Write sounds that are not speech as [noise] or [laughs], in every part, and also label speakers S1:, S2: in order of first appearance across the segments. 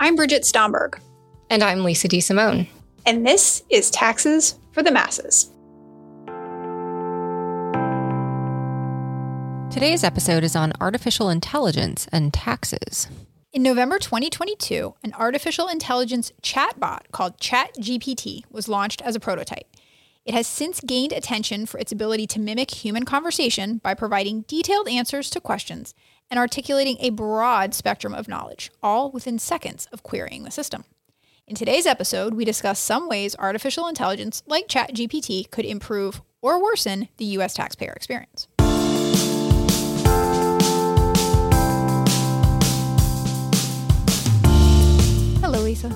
S1: I'm Bridget Stomberg,
S2: And I'm Lisa D. Simone.
S1: and this is Taxes for the Masses.
S2: Today's episode is on artificial intelligence and taxes.
S1: In November 2022, an artificial intelligence chatbot called ChatGPT was launched as a prototype. It has since gained attention for its ability to mimic human conversation by providing detailed answers to questions and articulating a broad spectrum of knowledge, all within seconds of querying the system. In today's episode, we discuss some ways artificial intelligence like ChatGPT could improve or worsen the U.S. taxpayer experience. Hello, Lisa.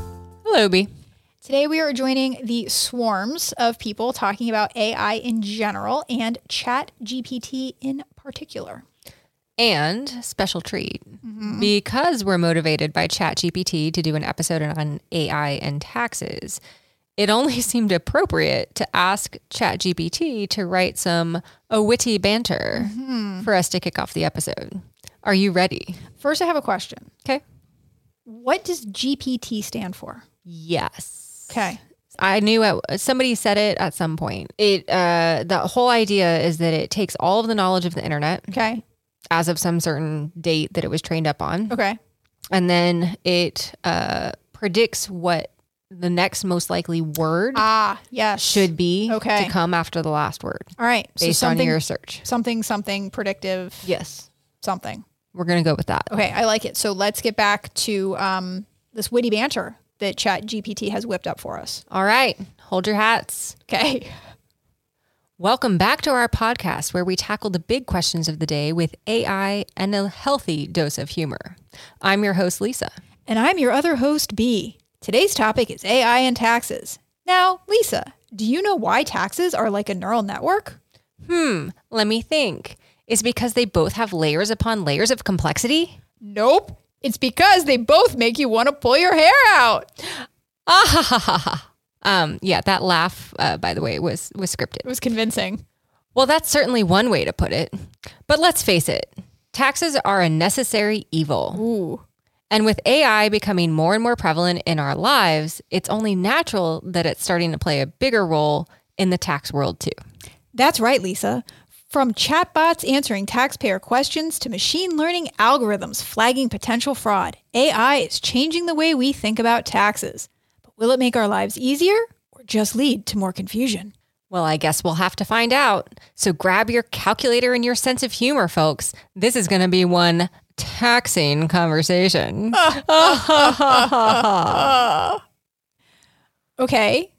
S2: Hello, B.
S1: Today, we are joining the swarms of people talking about AI in general and ChatGPT in particular.
S2: And special treat. Because we're motivated by ChatGPT to do an episode on AI and taxes, it only [laughs] seemed appropriate to ask ChatGPT to write some a witty banter for us to kick off the episode. Are you ready?
S1: First, I have a question.
S2: Okay.
S1: What does GPT stand for?
S2: Yes.
S1: Okay.
S2: I knew at, somebody said it at some point. It uh, the whole idea is that it takes all of the knowledge of the internet
S1: Okay.
S2: as of some certain date that it was trained up on, [laughs]
S1: Okay.
S2: and then it uh, predicts what the next most likely word
S1: Ah, yes.
S2: should be
S1: Okay.
S2: to come after the last word
S1: All right. So
S2: based on
S1: something,
S2: your search.
S1: something, something predictive,
S2: Yes,
S1: something.
S2: we're gonna go with that.
S1: Okay. I like it. So let's get back to um, this witty banter that ChatGPT has whipped up for us.
S2: All right, hold your hats.
S1: Okay. [laughs]
S2: Welcome back to our podcast where we tackle the big questions of the day with AI and a healthy dose of humor. I'm your host, Lisa.
S1: And I'm your other host, B. Today's topic is AI and taxes. Now, Lisa, do you know why taxes are like a neural network?
S2: Hmm, let me think. Is because they both have layers upon layers of complexity?
S1: Nope. It's because they both make you want to pull your hair out.
S2: Ah ha ha ha ha. Um, yeah, that laugh, uh, by the way, was was
S1: It
S2: scripted.
S1: was convincing.
S2: Well, that's certainly one way to put it. But let's face it, taxes are a necessary evil.
S1: Ooh.
S2: And with AI becoming more and more prevalent in our lives, it's only natural that it's starting to play a bigger role in the tax world too.
S1: That's right, Lisa. From chatbots answering taxpayer questions to machine learning algorithms flagging potential fraud, AI is changing the way we think about taxes. But will it make our lives easier or just lead to more confusion?
S2: Well, I guess we'll have to find out. So grab your calculator and your sense of humor, folks. This is going to be one taxing conversation.
S1: Okay.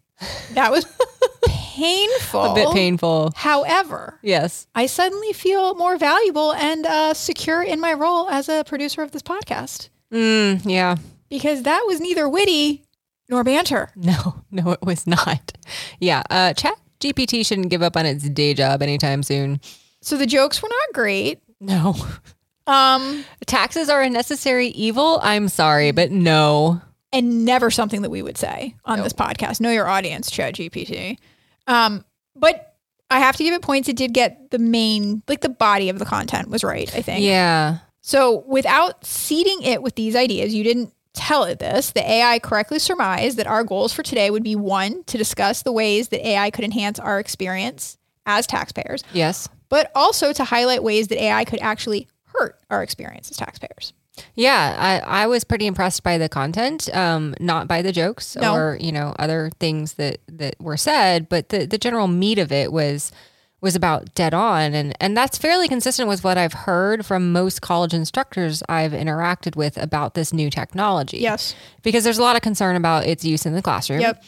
S1: That
S2: [laughs]
S1: was painful.
S2: A bit painful.
S1: However,
S2: Yes.
S1: I suddenly feel more valuable and uh, secure in my role as a producer of this podcast
S2: Mm, yeah.
S1: because that was neither witty nor banter.
S2: [laughs] No, no, it was not. Yeah. Uh, Chat GPT shouldn't give up on its day job anytime soon.
S1: So the jokes were not great.
S2: No.
S1: Um,
S2: Taxes are a necessary evil. I'm sorry, but no.
S1: and never something that we would say on this podcast. Know your audience, Chad GPT. Um, but I have to give it points. It did get the main, like the body of the content was right, I think.
S2: Yeah.
S1: So without seeding it with these ideas, you didn't tell it this. The AI correctly surmised that our goals for today would be one, to discuss the ways that AI could enhance our experience as taxpayers,
S2: Yes.
S1: but also to highlight ways that AI could actually hurt our experience as taxpayers.
S2: Yeah, I, I was pretty impressed by the content, um, not by the jokes
S1: No.
S2: or you know other things that that were said, but the the general meat of it was was about dead on, and and that's fairly consistent with what I've heard from most college instructors I've interacted with about this new technology.
S1: Yes.
S2: because there's a lot of concern about its use in the classroom.
S1: Yep.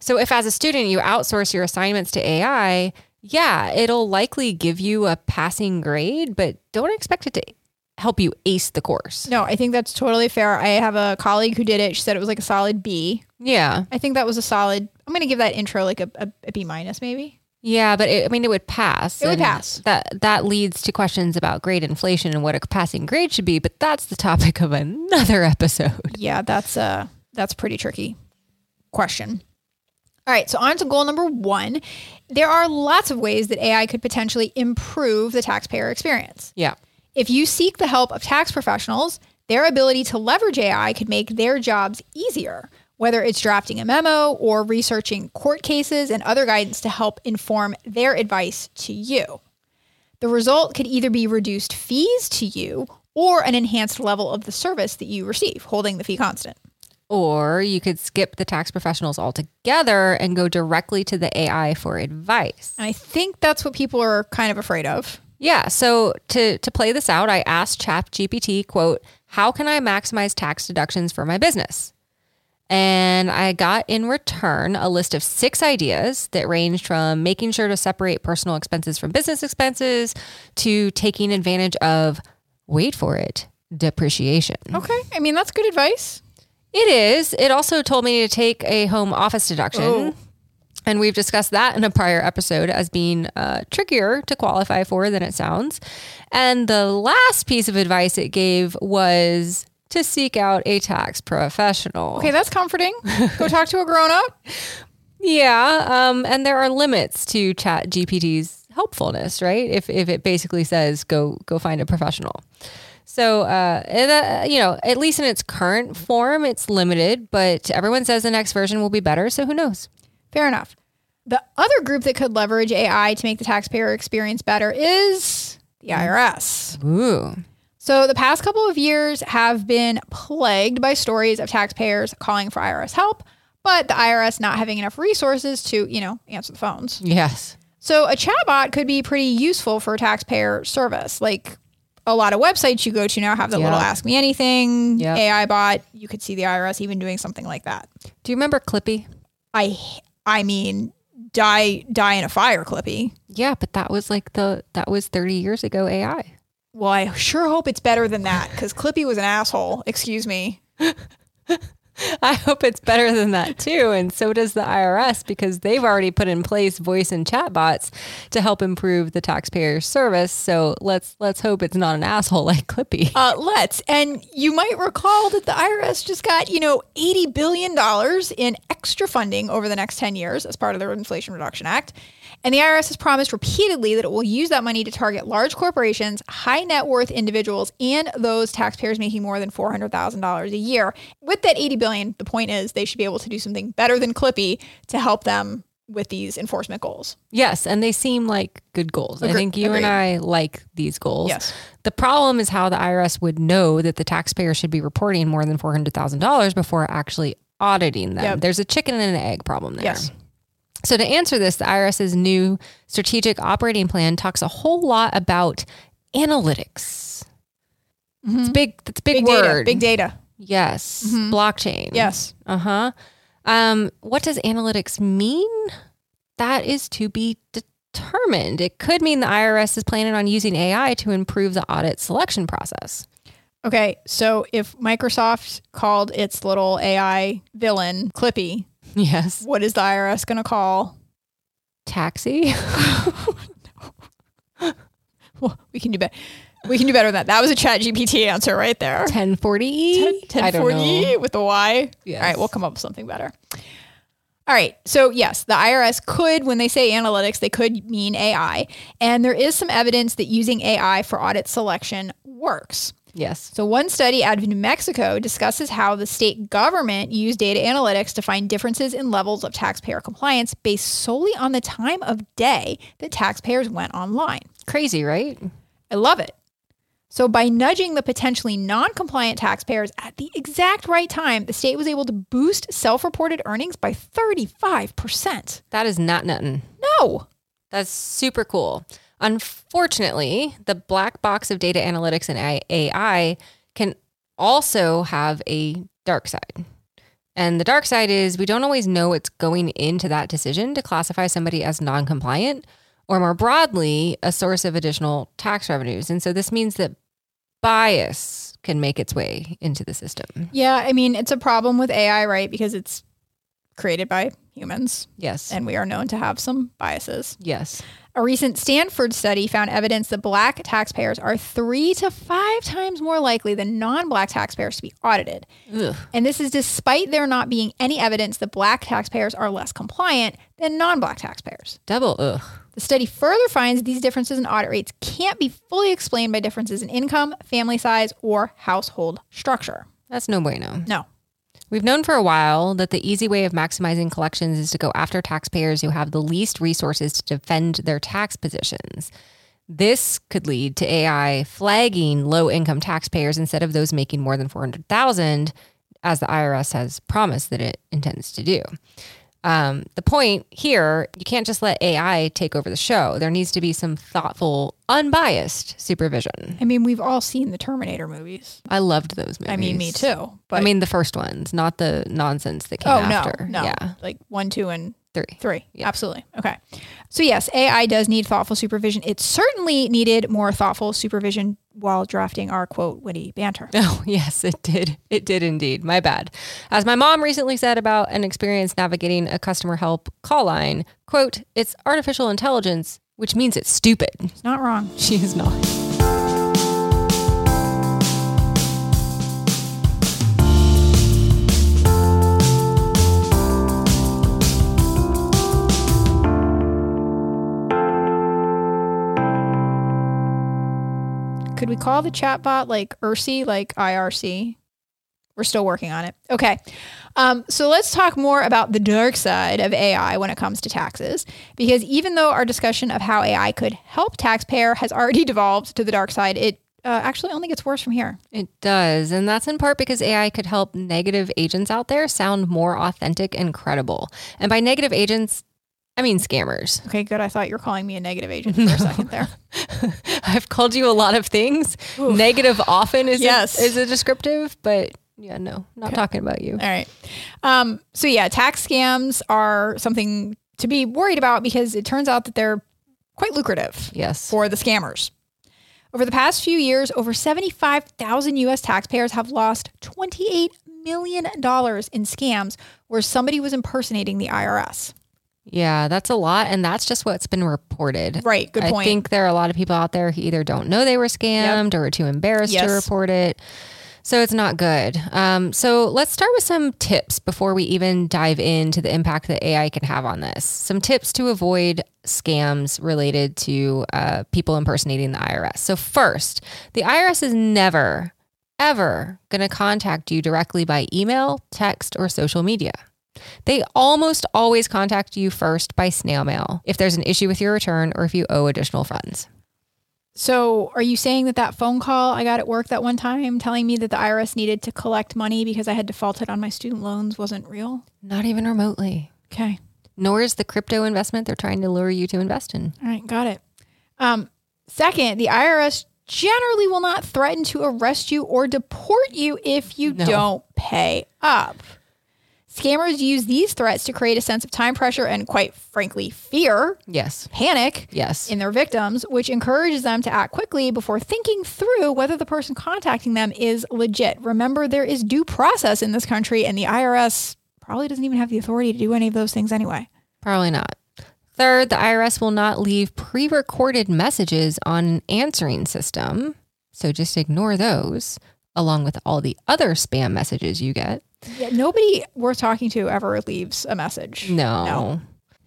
S2: So if as a student you outsource your assignments to AI, yeah, it'll likely give you a passing grade, but don't expect it to help you ace the course.
S1: No, I think that's totally fair. I have a colleague who did it. She said it was like a solid B.
S2: Yeah.
S1: I think that was a solid. I'm going to give that intro like a, a, a B minus maybe.
S2: Yeah, but it, I mean, it would pass.
S1: It would
S2: and
S1: pass.
S2: That that leads to questions about grade inflation and what a passing grade should be. But that's the topic of another [laughs] episode.
S1: Yeah, that's uh that's a pretty tricky question. All right, so on to goal number 1. There are lots of ways that AI could potentially improve the taxpayer experience.
S2: Yeah,
S1: If you seek the help of tax professionals, Their ability to leverage AI could make their jobs easier, whether it's drafting a memo or researching court cases and other guidance to help inform their advice to you. The result could either be reduced fees to you or an enhanced level of the service that you receive, holding the fee constant.
S2: Or you could skip the tax professionals altogether and go directly to the AI for advice.
S1: And I think that's what people are kind of afraid of.
S2: Yeah. So to to play this out, I asked ChatGPT, quote, "How can I maximize tax deductions for my business?" And I got in return a list of six ideas that ranged from making sure to separate personal expenses from business expenses to taking advantage of wait for it, depreciation.
S1: Okay. I mean, that's good advice.
S2: It is. It also told me to take a home office deduction.
S1: Oh.
S2: And we've discussed that in a prior episode as being uh, trickier to qualify for than it sounds. And the last piece of advice it gave was to seek out a tax professional.
S1: Okay, that's [laughs] comforting. Go talk to a grown up.
S2: Yeah. Um, and there are limits to Chat GPT's helpfulness, right? If, if it basically says go go find a professional. So, uh, and, uh, you know, at least in its current form, it's limited, but everyone says the next version will be better. So who knows?
S1: Fair enough. The other group that could leverage AI to make the taxpayer experience better is the
S2: Mm-hmm.
S1: IRS.
S2: Ooh.
S1: So, the past couple of years have been plagued by stories of taxpayers calling for IRS help, but the IRS not having enough resources to, you know, answer the phones.
S2: Yes.
S1: So, a chatbot could be pretty useful for taxpayer service. Like a lot of websites you go to now have the
S2: Yeah.
S1: little ask me anything
S2: Yep.
S1: AI bot. You could see the IRS even doing something like that.
S2: Do you remember Clippy?
S1: I I mean, die die in a fire, Clippy.
S2: Yeah, but that was like the that was 30 years ago AI.
S1: Well, I sure hope it's better than that because Clippy was an asshole. Excuse me.
S2: I hope it's better than that too, and so does the IRS because they've already put in place voice and chat bots to help improve the taxpayer service. So let's let's hope it's not an asshole like Clippy. [laughs]
S1: Uh, let's. And you might recall that the IRS just got, you know, $80 billion in extra funding over the next 10 years as part of the Inflation Reduction Act. And the IRS has promised repeatedly that it will use that money to target large corporations, high net worth individuals, and those taxpayers making more than $400,000 a year. With that $80 billion, the point is they should be able to do something better than Clippy to help them with these enforcement goals.
S2: Yes, and they seem like good goals. I
S1: Agree-
S2: think you and
S1: agreed.
S2: I like these goals.
S1: Yes.
S2: The problem is how the IRS would know that the taxpayer should be reporting more than $400,000 before actually auditing them.
S1: Yep.
S2: There's a chicken and an egg problem there.
S1: Yes.
S2: So, to answer this, the IRS's new strategic operating plan talks a whole lot about analytics. It's big. That's a
S1: Mm-hmm. Big
S2: big, word.
S1: data. Big data.
S2: Yes. Blockchain.
S1: Yes.
S2: Uh huh. Um, what does analytics mean? That is to be determined. It could mean the IRS is planning on using AI to improve the audit selection process.
S1: Okay, so if Microsoft called its little AI villain Clippy,
S2: Yes.
S1: what is the IRS going to call? [laughs]
S2: Taxi.
S1: Well, we can do better. We can do better than that. That was a Chat GPT answer right there.
S2: 1040. E? I don't know.
S1: 1040 with the Y.
S2: Yes.
S1: All right, we'll come up with something better. All right. So, yes, the IRS could, when they say analytics, they could mean AI. And there is some evidence that using AI for audit selection works.
S2: Yes.
S1: So, one study out of New Mexico discusses how the state government used data analytics to find differences in levels of taxpayer compliance based solely on the time of day that taxpayers went online.
S2: Crazy, right?
S1: I love it. So, by nudging the potentially non compliant taxpayers at the exact right time, the state was able to boost self reported earnings by 35%.
S2: That is not nothing.
S1: No.
S2: That's super cool. Unfortunately, the black box of data analytics and AI- AI can also have a dark side. And the dark side is we don't always know what's going into that decision to classify somebody as non compliant or more broadly, a source of additional tax revenues. And so this means that bias can make its way into the system.
S1: Yeah. I mean, it's a problem with AI, right? Because it's created by humans
S2: Yes.
S1: and we are known to have some biases.
S2: yes.
S1: A recent Stanford study found evidence that black taxpayers are three to five times more likely than non black taxpayers to be audited.
S2: Ugh.
S1: And this is despite there not being any evidence that black taxpayers are less compliant than non black taxpayers.
S2: Double ugh.
S1: The study further finds these differences in audit rates can't be fully explained by differences in income, family size, or household structure.
S2: That's no bueno.
S1: No.
S2: We've known for a while that the easy way of maximizing collections is to go after taxpayers who have the least resources to defend their tax positions. This could lead to AI flagging low-income taxpayers instead of those making more than 400,000 as the IRS has promised that it intends to do. Um, the point here, you can't just let AI take over the show. There needs to be some thoughtful, unbiased supervision.
S1: I mean, we've all seen the Terminator movies.
S2: I loved those movies.
S1: I mean, me too. But
S2: I mean, the first ones, not the nonsense that came
S1: oh,
S2: after.
S1: no, no.
S2: Yeah.
S1: Like one, two, and
S2: Three. [laughs]
S1: Three.
S2: Yeah.
S1: Absolutely. Okay. So, yes, AI does need thoughtful supervision. It certainly needed more thoughtful supervision while drafting our quote, witty banter.
S2: Oh, yes, it did. It did indeed. My bad. As my mom recently said about an experience navigating a customer help call line, quote, it's artificial intelligence, which means it's stupid. [laughs]
S1: It's not wrong.
S2: She is not.
S1: Could we call the chatbot like IRC, like IRC? We're still working on it. Okay. Um, so let's talk more about the dark side of AI when it comes to taxes, because even though our discussion of how AI could help taxpayer has already [laughs] devolved to the dark side, it uh, actually only gets worse from here.
S2: It does. And that's in part because AI could help negative agents out there sound more authentic and credible. And by negative agents, I mean scammers.
S1: Okay, good. I thought you were calling me a negative [laughs] agent for a second there.
S2: I've called you a lot of things. Negative often is,
S1: Yes.
S2: a, is a descriptive, but yeah, no, not talking about you.
S1: All right. Um, so yeah, tax scams are something to be worried about because it turns out that they're quite lucrative
S2: Yes.
S1: for the scammers. Over the past few years, over 75,000 US taxpayers have lost $28 million in scams where somebody was impersonating the IRS.
S2: Yeah, that's a lot. And that's just what's been reported.
S1: Right. Good
S2: I
S1: point.
S2: think there are a lot of people out there who either don't know they were scammed or are too embarrassed
S1: Yes.
S2: to report it. So it's not good. Um, so let's start with some tips before we even dive into the impact that AI can have on this. Some tips to avoid scams related to uh, people impersonating the IRS. So, first, the IRS is never, ever going to contact you directly by email, text, or social media. They almost always contact you first by snail mail if there's an issue with your return or if you owe additional funds.
S1: So, are you saying that that phone call I got at work that one time telling me that the IRS needed to collect money because I had defaulted on my student loans wasn't real?
S2: Not even remotely.
S1: Okay.
S2: Nor is the crypto investment they're trying to lure you to invest in.
S1: All right, got it. Um, second, the IRS generally will not threaten to arrest you or deport you if you
S2: No.
S1: don't pay up. Scammers use these threats to create a sense of time pressure and, quite frankly, fear,
S2: Yes.
S1: panic
S2: Yes.
S1: in their victims, which encourages them to act quickly before thinking through whether the person contacting them is legit. Remember, there is due process in this country, and the IRS probably doesn't even have the authority to do any of those things anyway.
S2: Probably not. Third, the IRS will not leave pre recorded messages on an answering system. So just ignore those along with all the other spam messages you get.
S1: Yeah, nobody worth talking to ever leaves a message.
S2: No.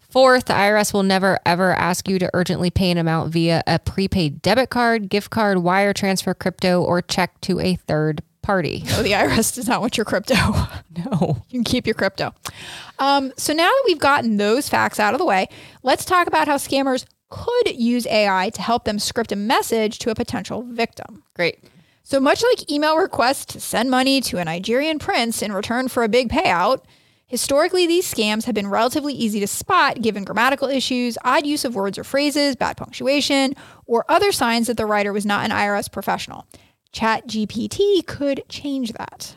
S2: Fourth, the IRS will never ever ask you to urgently pay an amount via a prepaid debit card, gift card, wire transfer, crypto, or check to a third party.
S1: No, the IRS does not want your crypto. [laughs]
S2: No.
S1: you can keep your crypto. Um, so now that we've gotten those facts out of the way, let's talk about how scammers could use AI to help them script a message to a potential victim.
S2: Great.
S1: So much like email requests to send money to a Nigerian prince in return for a big payout, historically these scams have been relatively easy to spot given grammatical issues, odd use of words or phrases, bad punctuation, or other signs that the writer was not an IRS professional. ChatGPT could change that.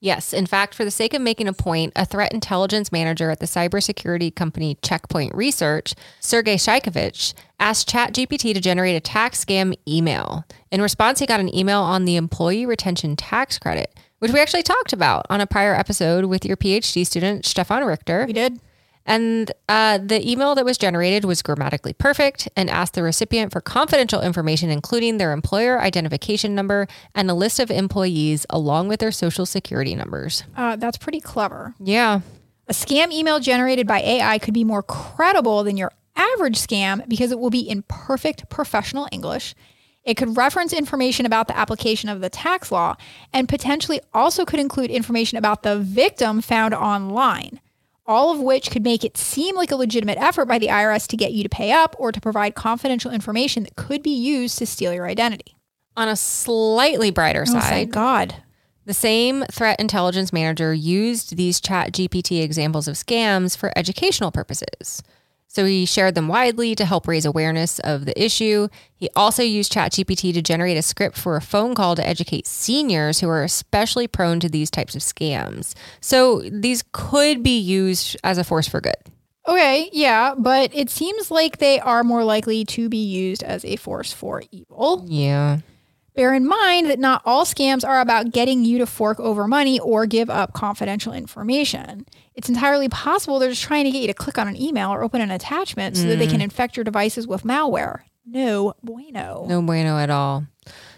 S2: Yes. In fact, for the sake of making a point, a threat intelligence manager at the cybersecurity company Checkpoint Research, Sergei Shikovich, asked ChatGPT to generate a tax scam email. In response, he got an email on the employee retention tax credit, which we actually talked about on a prior episode with your PhD student, Stefan Richter.
S1: We did.
S2: And uh, the email that was generated was grammatically perfect and asked the recipient for confidential information, including their employer identification number and a list of employees, along with their social security numbers.
S1: Uh, that's pretty clever.
S2: Yeah.
S1: A scam email generated by AI could be more credible than your average scam because it will be in perfect professional English. It could reference information about the application of the tax law and potentially also could include information about the victim found online, all of which could make it seem like a legitimate effort by the IRS to get you to pay up or to provide confidential information that could be used to steal your identity.
S2: On a slightly brighter
S1: Oh,
S2: side,
S1: thank God.
S2: The same threat intelligence manager used these chat GPT examples of scams for educational purposes. So he shared them widely to help raise awareness of the issue. He also used ChatGPT to generate a script for a phone call to educate seniors who are especially prone to these types of scams. So these could be used as a force for good.
S1: Okay, yeah, but it seems like they are more likely to be used as a force for evil.
S2: Yeah.
S1: Bear in mind that not all scams are about getting you to fork over money or give up confidential information. It's entirely possible they're just trying to get you to click on an email or open an attachment so that they can infect your devices with malware. No bueno.
S2: No bueno at all.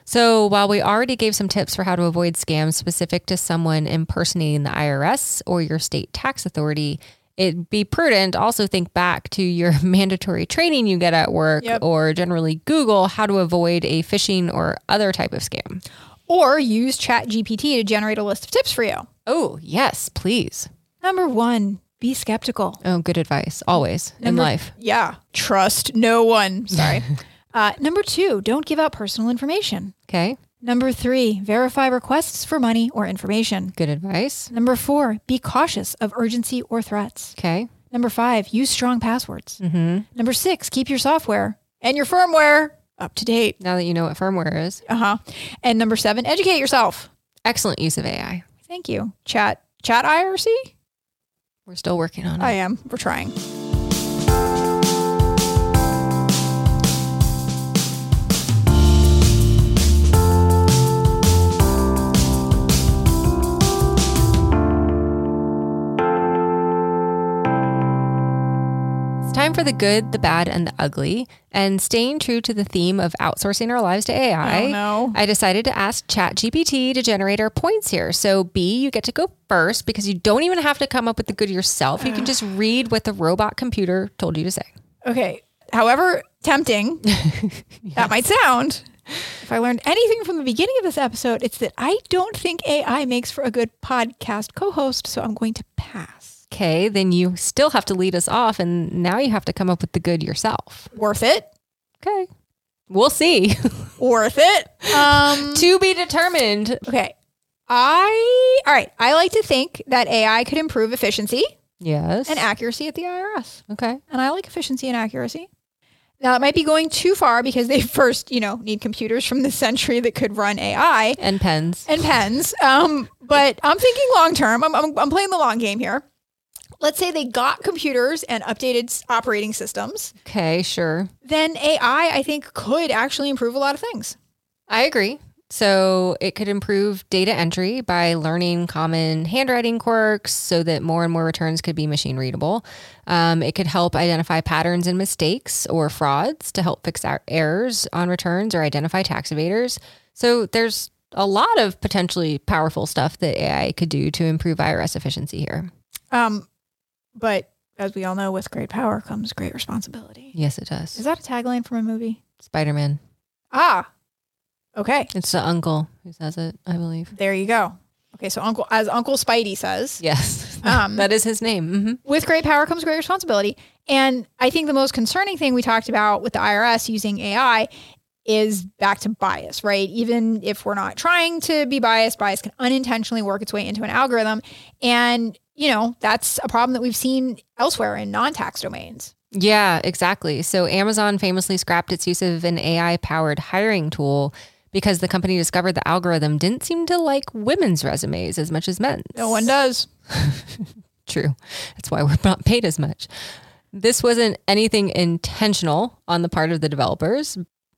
S2: So, while we already gave some tips for how to avoid scams specific to someone impersonating the IRS or your state tax authority, it'd be prudent to also think back to your [laughs] mandatory training you get at work
S1: Yep.
S2: or generally Google how to avoid a phishing or other type of scam.
S1: Or use ChatGPT to generate a list of tips for you.
S2: Oh, yes, please.
S1: Number one, be skeptical.
S2: Oh, good advice always in
S1: Number-
S2: life.
S1: Yeah, trust no one. Sorry. uh, number two, don't give out personal information.
S2: Okay,
S1: Number three, verify requests for money or information.
S2: good advice.
S1: Number four, be cautious of urgency or threats.
S2: Okay.
S1: Number five, use strong passwords. Number six, keep your software and your firmware up to date.
S2: Now that you know what firmware is,
S1: Uh huh. And number seven, educate yourself.
S2: excellent use of AI.
S1: Thank you. Chat, chat IRC?
S2: We're still working on it.
S1: I am. We're trying.
S2: It's time for the good, the bad, and the ugly. And staying true to the theme of outsourcing our lives to AI,
S1: Oh, no.
S2: I decided to ask ChatGPT to generate our points here. So, B, you get to go first because you don't even have to come up with the good yourself. You can just read what the robot computer told you to say.
S1: Okay. However tempting that might sound, if I learned anything from the beginning of this episode, it's that I don't think AI makes for a good podcast co host, so I'm going to pass.
S2: Okay, then you still have to lead us off, and now you have to come up with the good yourself.
S1: Worth it.
S2: Okay. We'll see. [laughs]
S1: Worth it. Um,
S2: to be determined.
S1: [laughs] Okay. I all right. I like to think that AI could improve efficiency
S2: Yes.
S1: and accuracy at the IRS.
S2: okay.
S1: And I like efficiency and accuracy. Now it might be going too far because they [laughs] first, you know, need computers from this century that could run AI
S2: And pens.
S1: and pens. Um, but I'm thinking long term. I'm, I'm I'm playing the long game here. Let's say they got computers and updated s- operating systems,
S2: Okay, sure.
S1: then AI I think could actually improve a lot of things.
S2: I agree. So it could improve data entry by learning common handwriting quirks so that more and more returns could be machine readable. Um, it could help identify patterns and mistakes or frauds to help fix our errors on returns or identify tax evaders. So there's a lot of potentially powerful stuff that AI could do to improve IRS efficiency here.
S1: Um, but as we all know, with great power comes great responsibility.
S2: Yes, it
S1: Is
S2: does.
S1: that a tagline from a movie?
S2: Spider Man.
S1: Ah, okay.
S2: It's the uncle who says it, I believe.
S1: There you go. Okay, so Uncle, as Uncle Spidey says,
S2: Yes. [laughs]
S1: Um,
S2: that is his name. hmm
S1: with great power comes great responsibility. And I think the most concerning thing we talked about with the IRS using AI is back to bias, right? Even if we're not trying to be biased, bias can unintentionally work its way into an algorithm. And, you know, that's a problem that we've seen elsewhere in non tax domains.
S2: Yeah, exactly. So Amazon famously scrapped its use of an AI powered hiring tool because the company discovered the algorithm didn't seem to like women's resumes as much as men's.
S1: No one does.
S2: True. That's why we're not paid as much. This wasn't anything intentional on the part of the developers.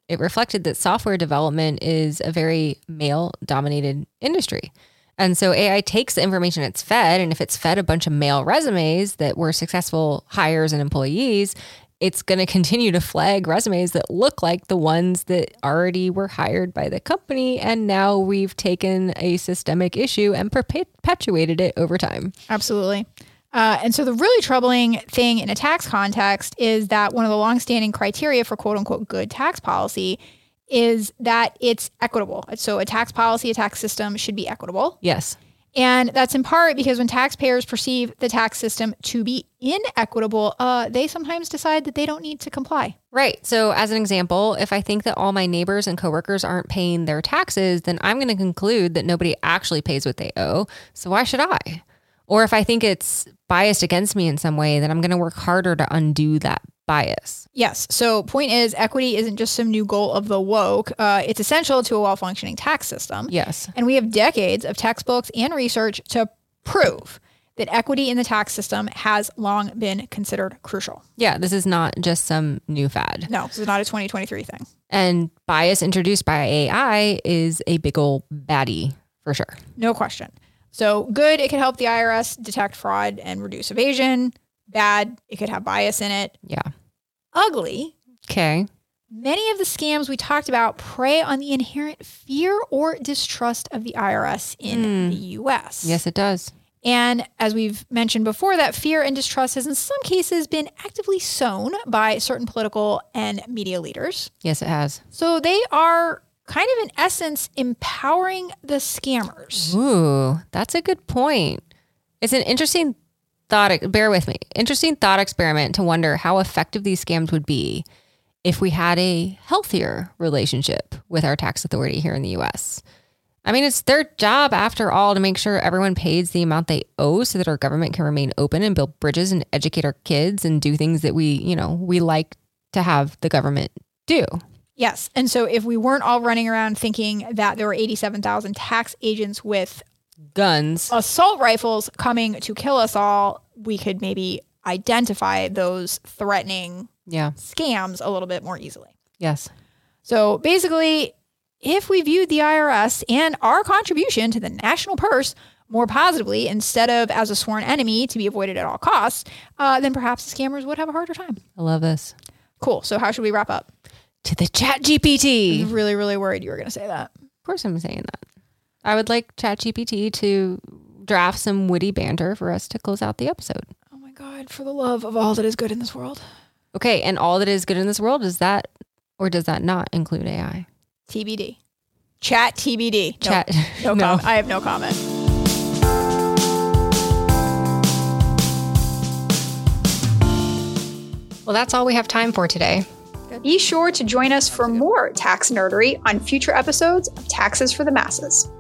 S2: It reflected that software development is a very male dominated industry. And so AI takes the information it's fed, and if it's fed a bunch of male resumes that were successful hires and employees, it's going to continue to flag resumes that look like the ones that already were hired by the company. And now we've taken a systemic issue and perpetuated it over time.
S1: Absolutely. Uh, and so the really troubling thing in a tax context is that one of the longstanding criteria for quote unquote good tax policy is that it's equitable. So a tax policy, a tax system should be equitable.
S2: Yes.
S1: And that's in part because when taxpayers perceive the tax system to be inequitable, uh, they sometimes decide that they don't need to comply.
S2: Right. So, as an example, if I think that all my neighbors and coworkers aren't paying their taxes, then I'm going to conclude that nobody actually pays what they owe. So, why should I? Or if I think it's biased against me in some way, then I'm going to work harder to undo that bias.
S1: Yes. So, point is, equity isn't just some new goal of the woke. Uh, it's essential to a well functioning tax system.
S2: Yes.
S1: And we have decades of textbooks and research to prove that equity in the tax system has long been considered crucial.
S2: Yeah. This is not just some new fad.
S1: No, this is not a 2023 thing.
S2: And bias introduced by AI is a big ol' baddie for sure.
S1: No question. So good, it could help the IRS detect fraud and reduce evasion. Bad, it could have bias in it.
S2: Yeah.
S1: Ugly,
S2: Okay.
S1: many of the scams we talked about prey on the inherent fear or distrust of the IRS in the US.
S2: Hmm. Yes, it does.
S1: And as we've mentioned before, that fear and distrust has in some cases been actively sown by certain political and media leaders.
S2: Yes, it has.
S1: So they are kind of in essence empowering the scammers.
S2: Ooh, that's a good point. It's an interesting thought. Bear with me. Interesting thought experiment to wonder how effective these scams would be if we had a healthier relationship with our tax authority here in the U.S. I mean, it's their job after all to make sure everyone pays the amount they owe so that our government can remain open and build bridges and educate our kids and do things that we, you know, we like to have the government do.
S1: Yes. And so if we weren't all running around thinking that there were 87,000 tax agents with
S2: Guns.
S1: assault rifles coming to kill us all, we could maybe identify those threatening
S2: Yeah.
S1: scams a little bit more easily.
S2: Yes.
S1: So basically, if we viewed the IRS and our contribution to the national purse more positively instead of as a sworn enemy to be avoided at all costs, uh, then perhaps the scammers would have a harder time.
S2: I love this.
S1: Cool. So, how should we wrap up?
S2: To the chat GPT.
S1: I'm really, really worried you were going to say that.
S2: Of course, I'm saying that. I would like ChatGPT to draft some witty banter for us to close out the episode.
S1: Oh my God, for the love of all that is good in this world.
S2: Okay, and all that is good in this world is that, or does that not include AI?
S1: TBD. Chat TBD. No,
S2: Chat.
S1: No,
S2: [laughs] No.
S1: comment. I have no comment.
S2: Well, that's all we have time for today.
S1: Be sure to join us for more tax nerdery on future episodes of Taxes for the Masses.